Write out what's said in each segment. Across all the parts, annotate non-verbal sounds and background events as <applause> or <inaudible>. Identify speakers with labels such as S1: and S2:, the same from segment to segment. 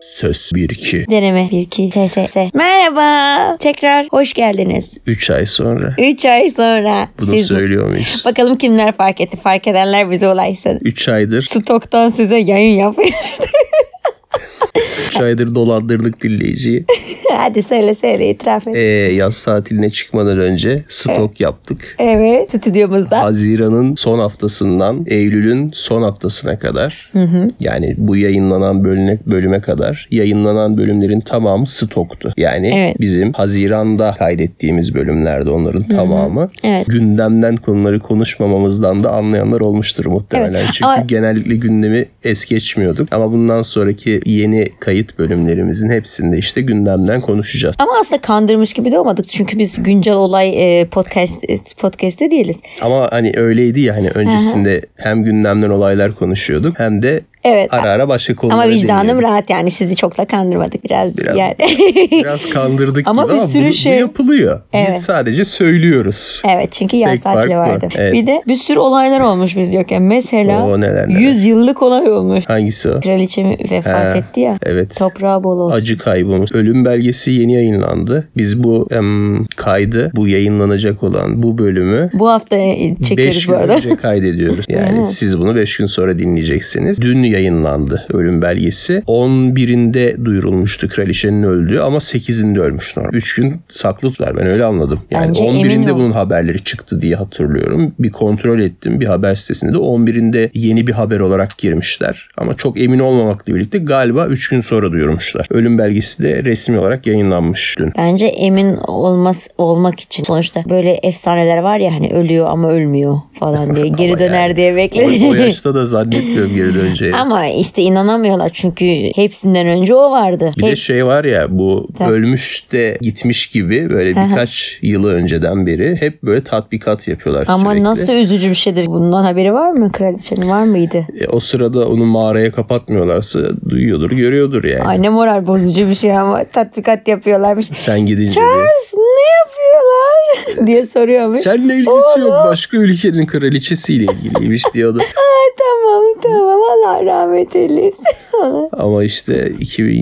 S1: Söz 1-2.
S2: Deneme 1 2 TSS. Merhaba. Tekrar hoş geldiniz.
S1: 3 ay sonra.
S2: 3 ay sonra
S1: Bunu
S2: siz
S1: söylüyor muyuz?
S2: Bakalım kimler fark etti. Fark edenler bize olaysın.
S1: 3 aydır,
S2: Stoktan size yayın yapıyor.
S1: 3 aydır dolandırdık dinleyiciyi.
S2: <laughs> Hadi söyle söyle itiraf et.
S1: Ee, yaz tatiline çıkmadan önce stok yaptık.
S2: Evet stüdyomuzda.
S1: Haziran'ın son haftasından Eylül'ün son haftasına kadar yani bu yayınlanan bölüme, bölüme kadar yayınlanan bölümlerin tamamı stoktu. Yani
S2: Evet.
S1: bizim Haziran'da kaydettiğimiz bölümlerde onların tamamı.
S2: Evet.
S1: Gündemden konuları konuşmamamızdan da anlayanlar olmuştur muhtemelen.
S2: Evet.
S1: Çünkü
S2: Ama-
S1: genellikle gündemi es geçmiyorduk. Ama bundan sonraki yeni kayıt bölümlerimizin hepsinde işte gündemden konuşacağız.
S2: Ama aslında kandırmış gibi de olmadık. Çünkü biz güncel olay e, podcast e, podcast'te değiliz.
S1: Ama hani öyleydi ya hani öncesinde hem gündemden olaylar konuşuyorduk hem de
S2: Evet.
S1: ara ara başka konuları
S2: Ama vicdanım
S1: dinliyorduk.
S2: rahat yani sizi çok da kandırmadık biraz.
S1: Biraz.
S2: yani. <laughs>
S1: Biraz kandırdık
S2: Ama
S1: gibi
S2: bir
S1: ama
S2: sürü
S1: bu- bu,
S2: şey-
S1: yapılıyor.
S2: Evet.
S1: Biz sadece söylüyoruz.
S2: evet çünkü yaz
S1: Tek
S2: tatili
S1: fark bu.
S2: vardı.
S1: Evet.
S2: Bir de bir sürü olaylar olmuş biz yokken. Mesela
S1: Oo, neler neler.
S2: 100 yıllık olay olmuş.
S1: Hangisi o?
S2: Kraliçe mi- vefat
S1: Ha,
S2: etti ya.
S1: Ee, evet.
S2: Toprağı bol olsun.
S1: Acı kaybımız. Ölüm belgesi yeni yayınlandı. Biz bu em, kaydı, bu yayınlanacak olan bu bölümü
S2: Bu hafta e,
S1: 5
S2: çekiyoruz
S1: gün
S2: bu arada.
S1: önce kaydediyoruz. Yani siz bunu 5 gün sonra dinleyeceksiniz. Dün yayınlandı ölüm belgesi. 11'inde duyurulmuştu kraliçenin öldüğü ama 8'inde ölmüş normal. 3 gün saklı tuttular ben öyle anladım. Yani
S2: Bence emin
S1: 11'inde
S2: ol.
S1: bunun haberleri çıktı diye hatırlıyorum. Bir kontrol ettim bir haber sitesinde de 11'inde yeni bir haber olarak girmişler. Ama çok emin olmamakla birlikte galiba 3 gün sonra duyurmuşlar. Ölüm belgesi de resmi olarak yayınlanmış dün.
S2: <laughs> Bence emin olmaz olmak için sonuçta böyle efsaneler var ya hani ölüyor ama ölmüyor
S1: <laughs>
S2: falan diye geri
S1: Ama
S2: döner
S1: yani
S2: diye
S1: O,
S2: <laughs>
S1: o
S2: bekledim.
S1: yaşta da zannetmiyorum geri döneceğini.
S2: ama işte inanamıyorlar çünkü hepsinden önce o vardı.
S1: Bir de
S2: Hep-
S1: şey var ya bu ölmüş de gitmiş gibi böyle birkaç yılı önceden beri hep böyle tatbikat yapıyorlar
S2: ama
S1: sürekli.
S2: nasıl üzücü bir şeydir. Bundan haberi var mı kraliçenin var mıydı?
S1: E, o sırada onu mağaraya kapatmıyorlarsa duyuyordur, görüyordur yani.
S2: Ay ne moral bozucu bir şey ama
S1: <laughs>
S2: tatbikat yapıyorlarmış.
S1: Sen gidince diyor.
S2: Charles ne yapıyorlar <laughs> diye soruyormuş.
S1: Seninle ilgisi yok başka ülkenin kraliçesiyle ilgiliymiş
S2: <laughs>
S1: diyordu.
S2: Ay tamam tamam Allah rahmet <laughs> eylesin.
S1: Ama işte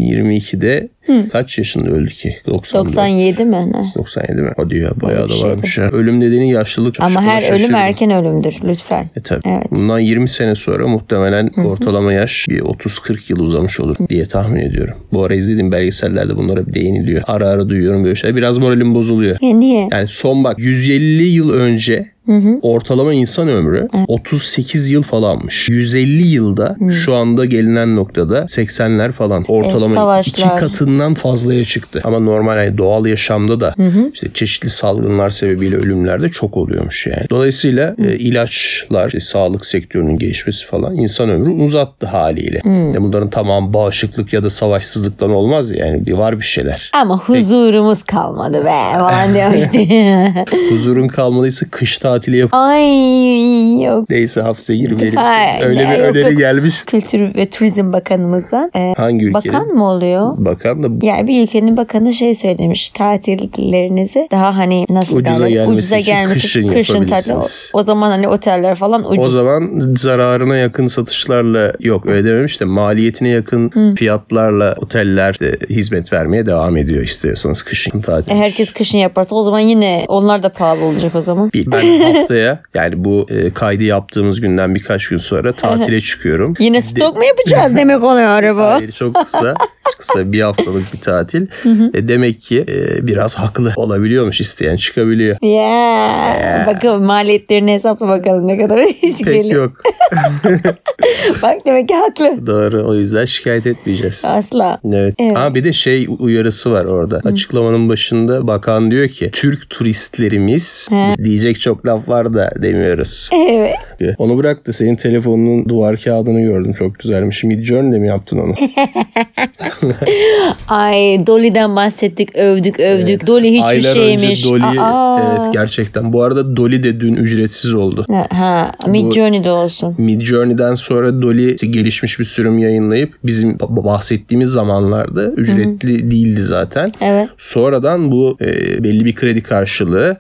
S1: 2022'de kaç yaşında öldü ki? 90
S2: 97 mi ne?
S1: 97 mi? Hadi ya bayağı
S2: bir
S1: da
S2: şey
S1: varmış ya. Ölüm dediğini yaşlılık
S2: Ama
S1: şaşkına
S2: her ölüm
S1: şaşırdım.
S2: erken ölümdür lütfen.
S1: E tabii.
S2: Evet.
S1: Bundan 20 sene sonra muhtemelen ortalama yaş bir 30-40 yıl uzamış olur diye tahmin ediyorum. Bu ara izlediğim belgesellerde bunlara bir değiniliyor. Ara ara duyuyorum böyle şeyler. Biraz moralim bozuluyor.
S2: Ya niye?
S1: Yani son bak 150 yıl önce ortalama insan ömrü 38 yıl falanmış. 150 yılda şu anda gelinen noktada 80'ler falan
S2: E,
S1: ortalama
S2: savaşlar.
S1: iki katından fazlaya çıktı. Ama normal yani doğal yaşamda da işte çeşitli salgınlar sebebiyle ölümler de çok oluyormuş yani. Dolayısıyla e, ilaçlar, işte sağlık sektörünün gelişmesi falan insan ömrü uzattı haliyle. Yani bunların tamam bağışıklık ya da savaşsızlıktan olmaz ya. yani bir var bir şeyler.
S2: Ama huzurumuz kalmadı be
S1: <laughs>
S2: falan diyormuştu.
S1: Huzurun kalmalıysa kış tatili yap.
S2: Ay yok.
S1: Neyse hapse girmeyelim.
S2: Ay,
S1: Öyle
S2: ne,
S1: bir
S2: yok,
S1: öneri
S2: yok.
S1: gelmiş.
S2: Kültür ve Turizm Bakanımızdan. e,
S1: Hangi ülkenin?
S2: bakan mı oluyor?
S1: Bakan da bu-
S2: Yani bir ülkenin bakanı şey söylemiş tatillerinizi daha hani nasıl
S1: Ucuza
S2: derler?
S1: gelmesi için kışın
S2: tatili. O,
S1: yapabilirsiniz.
S2: o zaman hani oteller falan ucuz.
S1: o zaman zararına yakın satışlarla yok öyle dememiş de maliyetine yakın fiyatlarla oteller de hizmet vermeye devam ediyor istiyorsanız kışın tatili.
S2: E, Herkes kışın yaparsa o zaman yine onlar da pahalı olacak o zaman.
S1: Bir-
S2: <laughs>
S1: ben haftaya yani bu e, kaydı yaptığımız günden birkaç gün sonra
S2: <laughs>
S1: tatile çıkıyorum.
S2: Yine stok
S1: <laughs>
S2: mu yapacağız demek oluyor bu.
S1: Hayır, çok kısa. kısa bir haftalık bir tatil. E, demek ki e, biraz haklı olabiliyormuş isteyen çıkabiliyor.
S2: Yeah. Bakalım maliyetlerini hesapla bakalım ne kadar hiç
S1: Pek
S2: geliyor.
S1: yok.
S2: Bak demek ki haklı.
S1: Doğru o yüzden şikayet
S2: <laughs>
S1: etmeyeceğiz.
S2: Asla.
S1: Evet.
S2: Evet.
S1: Ha bir de şey uyarısı var orada. Açıklamanın başında bakan diyor ki Türk turistlerimiz diyecek çok laf var da demiyoruz.
S2: Evet.
S1: Onu bırak da senin telefonunun duvar kağıdını gördüm çok güzelmiş. Midjourney'de mi yaptın onu?
S2: Ay Dolly'den bahsettik, övdük, övdük. Dolly <laughs> hiçbir
S1: Aylar
S2: şeymiş.
S1: önce Dolly
S2: Aa.
S1: evet gerçekten. Bu arada Dolly de dün ücretsiz oldu.
S2: Ha, Ha, Mid Journey'de olsun.
S1: Midjourney'den sonra Dolly işte gelişmiş bir sürüm yayınlayıp bizim ba- bahsettiğimiz zamanlarda ücretli değildi zaten.
S2: Evet.
S1: Sonradan bu e, belli bir kredi karşılığı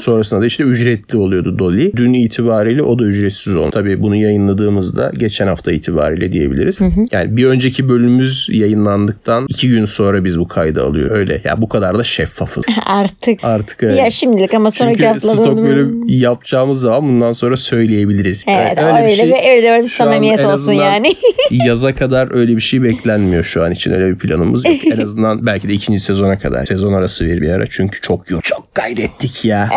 S1: sonrasında da işte ücretli oluyordu Dolly. Dün itibariyle o da ücretsiz oldu. Tabii bunu yayınladığımızda geçen hafta itibariyle diyebiliriz. Yani bir önceki bölümümüz yayınlandı yayınladıktan iki gün sonra biz bu kaydı alıyor. Öyle ya bu kadar da
S2: <laughs>
S1: şeffafız.
S2: Artık.
S1: Artık evet.
S2: Ya şimdilik ama sonraki
S1: Çünkü stok
S2: atladığım.
S1: bölüm yapacağımız zaman bundan sonra söyleyebiliriz.
S2: Evet,
S1: Yani
S2: öyle,
S1: şey-
S2: bir, öyle bir
S1: Şu an
S2: samimiyet
S1: en
S2: olsun
S1: azından
S2: yani.
S1: <laughs>
S2: <laughs>
S1: yaza kadar öyle bir şey beklenmiyor şu an için. Öyle bir planımız
S2: <laughs>
S1: yok. En azından belki de ikinci sezona kadar. Sezon arası bir bir ara. Çünkü çok yok. Çok kaydettik
S2: <laughs>
S1: ya.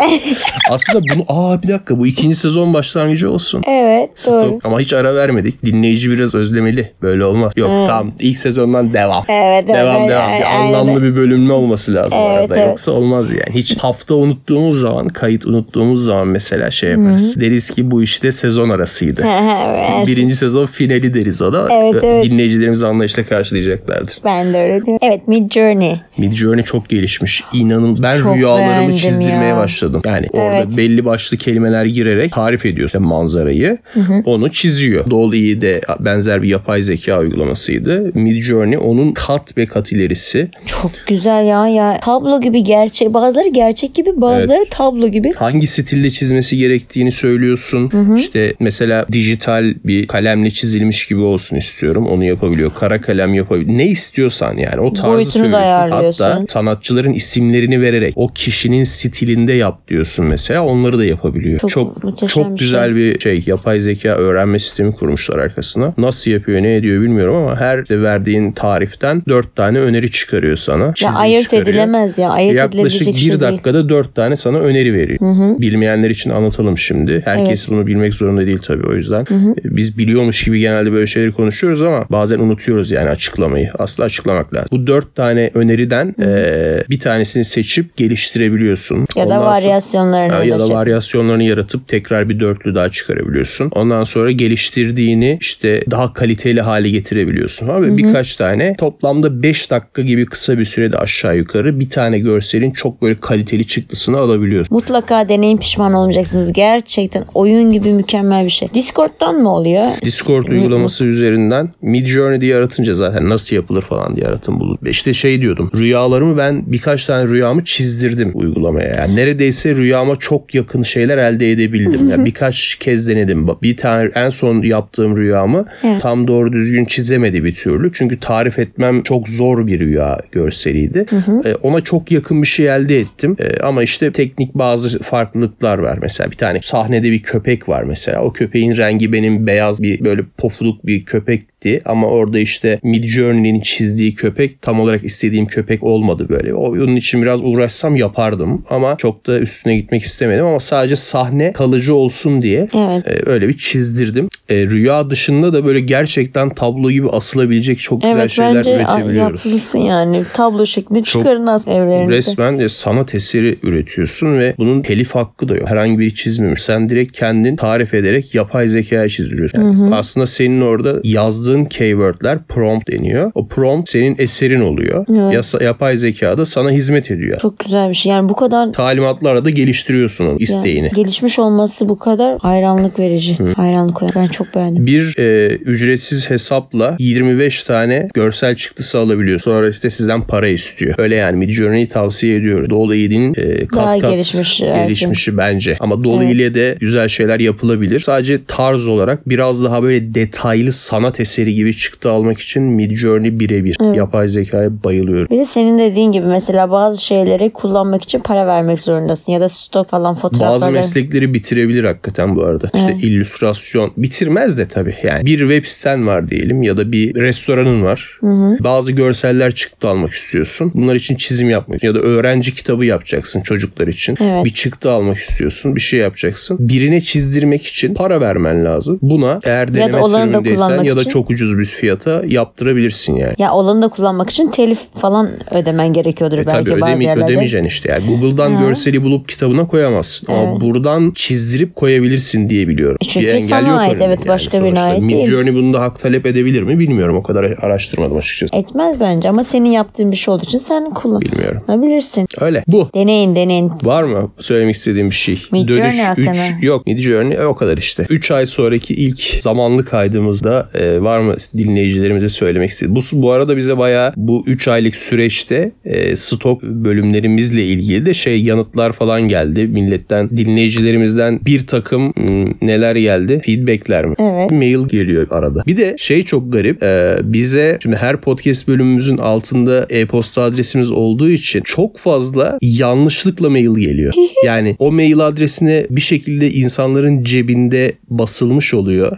S1: Aslında bunu aa bir dakika bu ikinci sezon başlangıcı olsun.
S2: evet
S1: Stok.
S2: doğru.
S1: Ama hiç ara vermedik. Dinleyici biraz özlemeli. Böyle olmaz. Yok tamam ilk sezondan devam.
S2: Evet,
S1: devam
S2: evet,
S1: devam.
S2: evet,
S1: Bir
S2: aynen
S1: anlamlı bir bölümlü olması lazım
S2: Evet,
S1: arada.
S2: evet.
S1: Yoksa olmaz yani. Hiç hafta unuttuğumuz zaman, kayıt unuttuğumuz zaman mesela şey yaparız. Deriz ki bu işte sezon arasıydı.
S2: Evet.
S1: Birinci sezon finali deriz o da.
S2: Evet, evet.
S1: Dinleyicilerimiz anlayışla karşılayacaklardır.
S2: Ben de öyle diyorum. Evet Mid Journey.
S1: Midjourney çok gelişmiş. İnanın ben
S2: Çok
S1: rüyalarımı
S2: beğendim
S1: çizdirmeye
S2: ya.
S1: başladım. Yani orada
S2: Evet.
S1: belli başlı kelimeler girerek tarif ediyor işte manzarayı. Onu çiziyor. Dolly'i de benzer bir yapay zeka uygulamasıydı. Midjourney onun kat ve kat ilerisi.
S2: Çok güzel ya ya. Tablo gibi gerçek. Bazıları gerçek gibi bazıları tablo gibi.
S1: hangi stilde çizmesi gerektiğini söylüyorsun. İşte mesela dijital bir kalemle çizilmiş gibi olsun istiyorum. Onu yapabiliyor. Kara kalem yapabiliyor. Ne istiyorsan yani o tarzı
S2: Boyutunu da
S1: söylüyorsun.
S2: ayarlıyorsun.
S1: Hatta sanatçıların isimlerini vererek o kişinin stilinde yap diyorsun mesela. Onları da yapabiliyor.
S2: Çok
S1: çok,
S2: muhteşem
S1: çok
S2: bir şey.
S1: güzel bir şey yapay zeka öğrenme sistemi kurmuşlar arkasına. Nasıl yapıyor ne ediyor bilmiyorum ama her işte verdiğin tariften dört tane öneri çıkarıyor sana.
S2: Ya
S1: Çizim
S2: ayırt
S1: çıkarıyor.
S2: edilemez ya. Ayırt
S1: Yaklaşık
S2: edilebilecek
S1: bir
S2: şey değil.
S1: dakikada dört tane sana öneri veriyor. Bilmeyenler için anlatalım şimdi. Herkes bunu bilmek zorunda değil tabii o yüzden. E, Biz biliyormuş gibi genelde böyle şeyleri konuşuyoruz ama bazen unutuyoruz yani açıklamayı. Asla açıklamak lazım. Bu dört tane öneriden eee, bir tanesini seçip geliştirebiliyorsun.
S2: Ya da
S1: Ondan sonra-
S2: varyasyonlarını
S1: Ha,
S2: da
S1: ya da
S2: şey-
S1: varyasyonlarını yaratıp tekrar bir dörtlü daha çıkarabiliyorsun. Ondan sonra geliştirdiğini işte daha kaliteli hale getirebiliyorsun falan. Böyle birkaç tane toplamda 5 dakika gibi kısa bir sürede aşağı yukarı bir tane görselin çok böyle kaliteli çıktısını alabiliyorsun.
S2: Mutlaka deneyin pişman olmayacaksınız. Gerçekten oyun gibi mükemmel bir şey. Discord'dan mı oluyor?
S1: Discord uygulaması üzerinden Midjourney diye yaratınca zaten nasıl yapılır falan diye yaratım bulur. İşte şey diyordum. Rüyalarımı ben birkaç tane rüyamı çizdirdim uygulamaya. Yani neredeyse rüyama çok yakın şeyler elde edebildim. Yani birkaç kez denedim. Bak, Bir tane en son yaptığım rüyamı tam doğru düzgün çizemedi bir türlü. Çünkü tarif etmem çok zor bir rüya görseliydi. E, ona çok yakın bir şey elde ettim. E, ama işte teknik bazı farklılıklar var. Mesela bir tane sahnede bir köpek var mesela. O köpeğin rengi benim beyaz bir böyle pofuduk bir köpekti. Ama orada işte Midjourney'nin çizdiği köpek tam olarak istediğim köpek olmadı böyle. O, onun için biraz uğraşsam yapardım. Ama çok da üstüne gitmek istemedim. Ama sadece sahne kalıcı olsun diye
S2: Evet.
S1: e, öyle bir çizdirdim. E, rüya dışında da böyle gerçekten tablo gibi asılabilecek çok güzel
S2: evet
S1: şeyler
S2: bence a-
S1: üretebiliyoruz.
S2: yapılsın yani. Tablo şeklinde çıkarın az evlerinize.
S1: Resmen de sanat eseri üretiyorsun ve bunun telif hakkı da yok. Herhangi biri çizmemiş. Sen direkt kendin tarif ederek yapay zekaya çizdiriyorsun. Yani aslında senin orada yazdığın keywordler prompt deniyor. O prompt senin eserin oluyor. Yasa- yapay zeka da sana hizmet ediyor.
S2: Çok güzel bir şey. Yani bu kadar
S1: Talimatlarla da geliştiriyorsun onun isteğini.
S2: gelişmiş olması bu kadar hayranlık verici. Hayranlık uyan. Ben çok beğendim.
S1: bir e, ücretsiz hesapla 25 tane görsel çıktısı alabiliyor. Sonra işte sizden para istiyor. Öyle yani Midjourney'i tavsiye ediyoruz. Dolu 7'nin e, kat
S2: Daha
S1: kat
S2: gelişmiş versiyonu.
S1: gelişmişi bence. Ama Dolu ile de güzel şeyler yapılabilir. Sadece tarz olarak biraz daha böyle detaylı sanat eseri gibi çıktı almak için Midjourney birebir. Yapay zekaya bayılıyorum.
S2: Bir de senin dediğin gibi mesela bazı şeyleri kullanmak için para vermek zorundasın. Ya da stok falan fotoğraflarda.
S1: Bazı meslekleri bitirebilir hakikaten bu arada. İşte illüstrasyon bitirmez de tabii yani. Bir web siten var diyelim ya da bir restoranın var. Bazı görseller çıktı almak istiyorsun. Bunlar için çizim yapmak ya da öğrenci kitabı yapacaksın çocuklar için.
S2: Evet.
S1: Bir çıktı almak istiyorsun, bir şey yapacaksın. Birine çizdirmek için para vermen lazım. Buna eğer deneme
S2: olanı da
S1: sürümündeysen
S2: kullanmak
S1: ya da
S2: için.
S1: çok ucuz bir fiyata yaptırabilirsin yani.
S2: Ya olanı da kullanmak için telif falan ödemen gerekiyordur belki
S1: E Tabii
S2: bazı
S1: ödeme-
S2: yerlerde.
S1: ödemeyeceksin işte. Yani Google'dan görseli bulup kitabına koyamazsın. Ama buradan çizdirip koyabilirsin diye biliyorum.
S2: Çünkü
S1: Bir engel
S2: sana
S1: yok
S2: ait,
S1: önünde
S2: evet, başka birine
S1: sonuçta.
S2: ait değil.
S1: Midjourney bunu da hak talep edebilir mi bilmiyorum. O kadar araştırmadım açıkçası.
S2: Etmez bence ama senin yaptığın bir şey olduğu için sen
S1: Bilmiyorum.
S2: kullanabilirsin.
S1: Öyle. Bu.
S2: Deneyin deneyin.
S1: Var mı söylemek istediğim bir şey?
S2: Midjourney
S1: Dönüş
S2: hakkında.
S1: 3 yok Midjourney e, o kadar işte. 3 ay sonraki ilk zamanlı kaydımızda e, var var mı dinleyicilerimize söylemek istediğin? Bu, bu arada bize bayağı bu 3 aylık süreçte e, stok bölümlerimizle ilgili de şey yanıtlar falan geldi. Milletten dinleyicilerimizden bir takım hmm, neler geldi? Feedbackler mi?
S2: Evet.
S1: Mail geliyor arada. Bir de şey çok garip. e, bize şimdi her podcast bölümümüzün altında e-posta adresimiz olduğu için çok fazla yanlışlıkla mail
S2: <laughs>
S1: geliyor. yani o mail adresine bir şekilde insanların cebinde basılmış oluyor.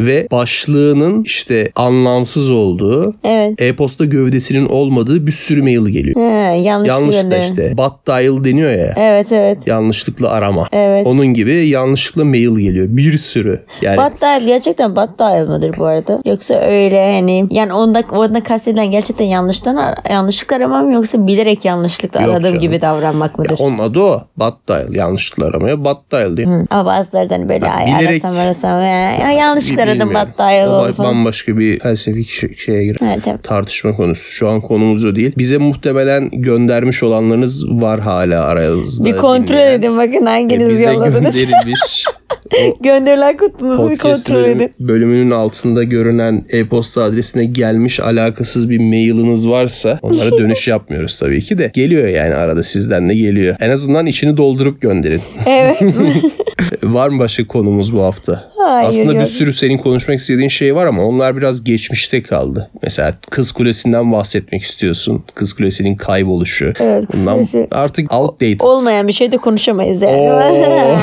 S1: Ve başlığının işte anlamsız olduğu,
S2: Evet.
S1: e-posta gövdesinin olmadığı bir sürü mail geliyor.
S2: He, yanlış
S1: Yanlışla
S2: yönde.
S1: işte. Bad dial deniyor ya.
S2: Evet evet.
S1: Yanlışlıkla arama.
S2: Evet.
S1: Onun gibi yanlışlıkla mail geliyor. Bir sürü. Yani
S2: Battahil gerçekten battahil mıdır bu arada? Yoksa öyle hani yani onda onda kastedilen gerçekten yanlıştan ar- yanlışlıkla aramam yoksa bilerek yanlışlıkla
S1: Yok
S2: aradığım
S1: canım.
S2: gibi davranmak mıdır?
S1: Onun adı o. Bad dial. Yanlışlıkla aramaya bad dial diyor.
S2: Hı, Ama bazıları da hani böyle ay,
S1: bilerek-
S2: arasam arasam ya, ya yanlışlıkla aradım
S1: Bilmiyorum.
S2: battahil
S1: O
S2: oldu
S1: ba-
S2: falan.
S1: Bambaşka bir felsefik ş- şeye girer.
S2: Evet, evet.
S1: Tartışma konusu. Şu an konumuz o değil. Bize muhtemelen göndermiş olanlarınız var hala aranızda.
S2: Bir kontrol
S1: dinleyen.
S2: edin bakın
S1: E,
S2: hanginiz
S1: Bize
S2: yolladınız.
S1: gönderilmiş o
S2: <laughs> Gönderilen kutunuzu bir
S1: podcast
S2: kontrol
S1: bölüm-
S2: edin.
S1: bölümünün altında görünen e-posta adresine gelmiş alakasız bir mailiniz varsa
S2: <laughs>
S1: onlara dönüş yapmıyoruz tabii ki de. Geliyor yani arada sizden de geliyor. En azından içini doldurup gönderin. <laughs>
S2: Evet.
S1: Var mı başka konumuz bu hafta?
S2: Hayır,
S1: Aslında bir
S2: yok.
S1: sürü senin konuşmak istediğin şey var ama onlar biraz geçmişte kaldı. Mesela Kız Kulesi'nden bahsetmek istiyorsun. Kız Kulesi'nin kayboluşu.
S2: Evet, Kız
S1: Bundan
S2: Kulesi-
S1: artık outdated.
S2: Olmayan bir şey de konuşamayız yani. <laughs>
S1: Oo.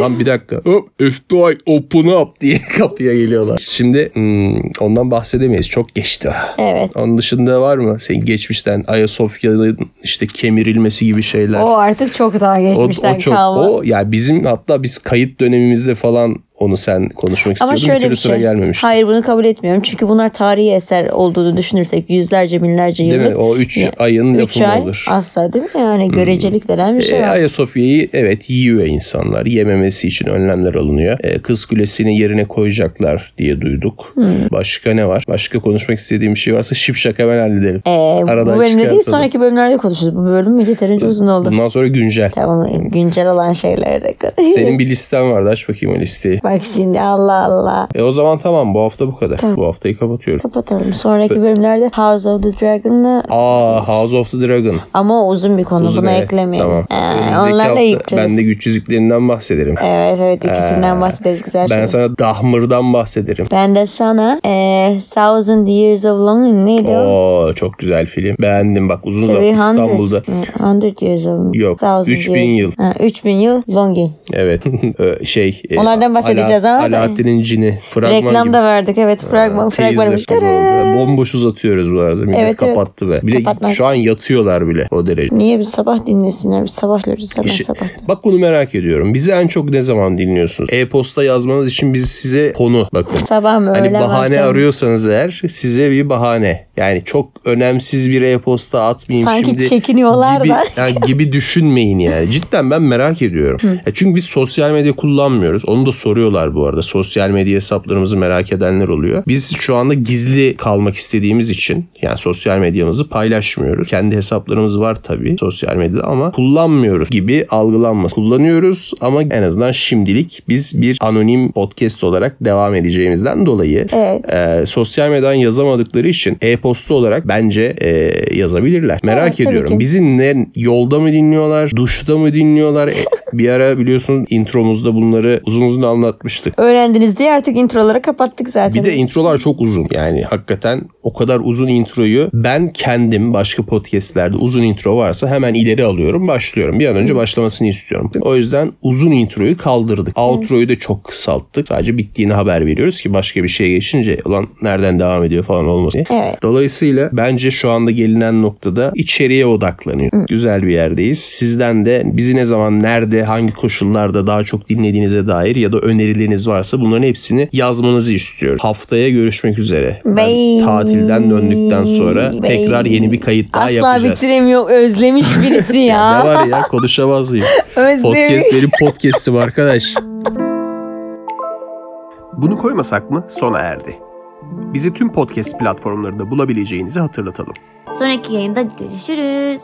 S1: Lan bir dakika. Hop, FBI open up diye <laughs> kapıya geliyorlar. Şimdi hmm, ondan bahsedemeyiz. Çok geçti. o.
S2: evet.
S1: Onun dışında var mı? Senin geçmişten Ayasofya'nın işte kemirilmesi gibi şeyler.
S2: O artık çok daha
S1: O,
S2: geçmişten
S1: o çok
S2: kalma.
S1: o yani bizim hatta biz kayıt dönemimizde falan onu sen konuşmak istiyordun.
S2: Ama
S1: bir
S2: şöyle
S1: türlü
S2: bir
S1: sıra
S2: şey.
S1: gelmemiş.
S2: Hayır bunu kabul etmiyorum. Çünkü bunlar tarihi eser olduğunu düşünürsek yüzlerce binlerce
S1: Değil
S2: yıllık.
S1: mi? O 3
S2: Ya,
S1: ayın
S2: Üç
S1: yapımı
S2: ay
S1: olur. Hmm.
S2: asla değil mi? Yani görecelik denen bir şey
S1: E,
S2: var.
S1: Ayasofya'yı evet yiyor insanlar. Yememesi için önlemler alınıyor. E, Kız Kulesi'ni yerine koyacaklar diye duyduk. Başka ne var? Başka konuşmak istediğim bir şey varsa şipşak hemen halledelim.
S2: Ee,
S1: aradan
S2: bu bölümde değil
S1: çıkartalım.
S2: sonraki bölümlerde konuşuruz. Bu bölüm yeterince uzun oldu.
S1: Bundan sonra güncel.
S2: Tamam güncel olan şeylere de
S1: Senin bir listen vardı. Aç bakayım o listeyi.
S2: <laughs> Bak şimdi Allah Allah.
S1: E o zaman tamam bu hafta bu kadar. Bu haftayı kapatıyorum.
S2: Kapatalım. Sonraki bölümlerde House of the Dragon'la
S1: Aa House of the Dragon.
S2: ama o uzun bir konu.
S1: Uzun,
S2: Buna
S1: evet,
S2: eklemeyelim.
S1: Tamam.
S2: Ee,
S1: Önümüzdeki
S2: onlarla
S1: hafta
S2: yükleriz.
S1: Ben de güç yüzüklerinden bahsederim.
S2: Evet evet ikisinden bahsederiz güzel
S1: Ben
S2: şey.
S1: sana Dahmır'dan bahsederim.
S2: Ben de sana eee, Thousand Years of Longing neydi o?
S1: Oo çok güzel film. Beğendim bak uzun zaman
S2: 300
S1: İstanbul'da.
S2: Hmm, 100 Years of
S1: Yok, 3000 yıl.
S2: Ha, 3000 yıl Longing.
S1: Evet <laughs> Ee, şey. e,
S2: Onlardan bahsedeceğiz ama-
S1: Alaaddin'in cini. Fragman
S2: Reklam
S1: gibi.
S2: da verdik evet fragman fragman.
S1: Teaser gibi oldu. Bomboş uzatıyoruz bu arada. Millet
S2: Evet, evet.
S1: kapattı be. Bir de
S2: Kapatmaz.
S1: şu an yatıyorlar bile o derece.
S2: Niye biz sabah dinlesinler biz sabahlarız hemen
S1: İşi-
S2: sabah.
S1: Bak bunu merak ediyorum. Bizi en çok ne zaman dinliyorsunuz? E-posta yazmanız için biz size konu bakın.
S2: Sabah mı
S1: Hani
S2: öğlen mi,
S1: bahane
S2: akşam mı?
S1: arıyorsanız eğer size bir bahane. Yani çok önemsiz bir e-posta atmayayım
S2: Sanki
S1: şimdi.
S2: çekiniyorlar
S1: gibi,
S2: da.
S1: yani gibi düşünmeyin yani. Cidden ben merak ediyorum. Ya çünkü biz sosyal medya kullanmıyoruz. Onu da soruyorlar bu arada. Sosyal medya hesaplarımızı merak edenler oluyor. Biz şu anda gizli kalmak istediğimiz için yani sosyal medyamızı paylaşmıyoruz. Kendi hesaplarımız var tabii sosyal medyada ama kullanmıyoruz gibi algılanmasın. Kullanıyoruz ama en azından şimdilik biz bir anonim podcast olarak devam edeceğimizden dolayı
S2: Evet.
S1: e, sosyal medyadan yazamadıkları için e-posta olarak bence e, yazabilirler.
S2: Evet,
S1: Merak
S2: tabii
S1: ediyorum.
S2: ki.
S1: Bizi ne yolda mı dinliyorlar, duşta mı dinliyorlar? E, bir ara biliyorsunuz intromuzda bunları uzun uzun anlatmıştık.
S2: Öğrendiniz diye artık introları kapattık zaten.
S1: Bir de introlar çok uzun. Yani hakikaten o kadar uzun introyu ben kendim başka podcastlerde uzun intro varsa hemen ileri alıyorum, başlıyorum. Bir an önce başlamasını istiyorum. O yüzden uzun introyu kaldırdık. Outroyu da çok kısalttık. Sadece bittiğini haber veriyoruz ki başka bir şeye geçince ulan nereden devam ediyor falan olmasın diye.
S2: Evet.
S1: Dolayısıyla bence şu anda gelinen noktada içeriye odaklanıyor. Güzel bir yerdeyiz. Sizden de bizi ne zaman, nerede, hangi koşullarda daha çok dinlediğinize dair ya da önerileriniz varsa bunların hepsini yazmanızı istiyorum. Haftaya görüşmek üzere. Ben
S2: Bye.
S1: tatilden döndükten sonra
S2: Bye.
S1: tekrar yeni bir kayıt daha
S2: Asla
S1: yapacağız.
S2: bitiremiyor özlemiş
S1: <laughs>
S2: birisi
S1: Ne
S2: ya.
S1: var
S2: <laughs>
S1: ya konuşamaz mıyım?
S2: özlemiş.
S1: Podcast benim podcast'im arkadaş. Bunu koymasak mı sona erdi. Bizi tüm podcast platformlarında bulabileceğinizi hatırlatalım.
S2: Sonraki yayında görüşürüz.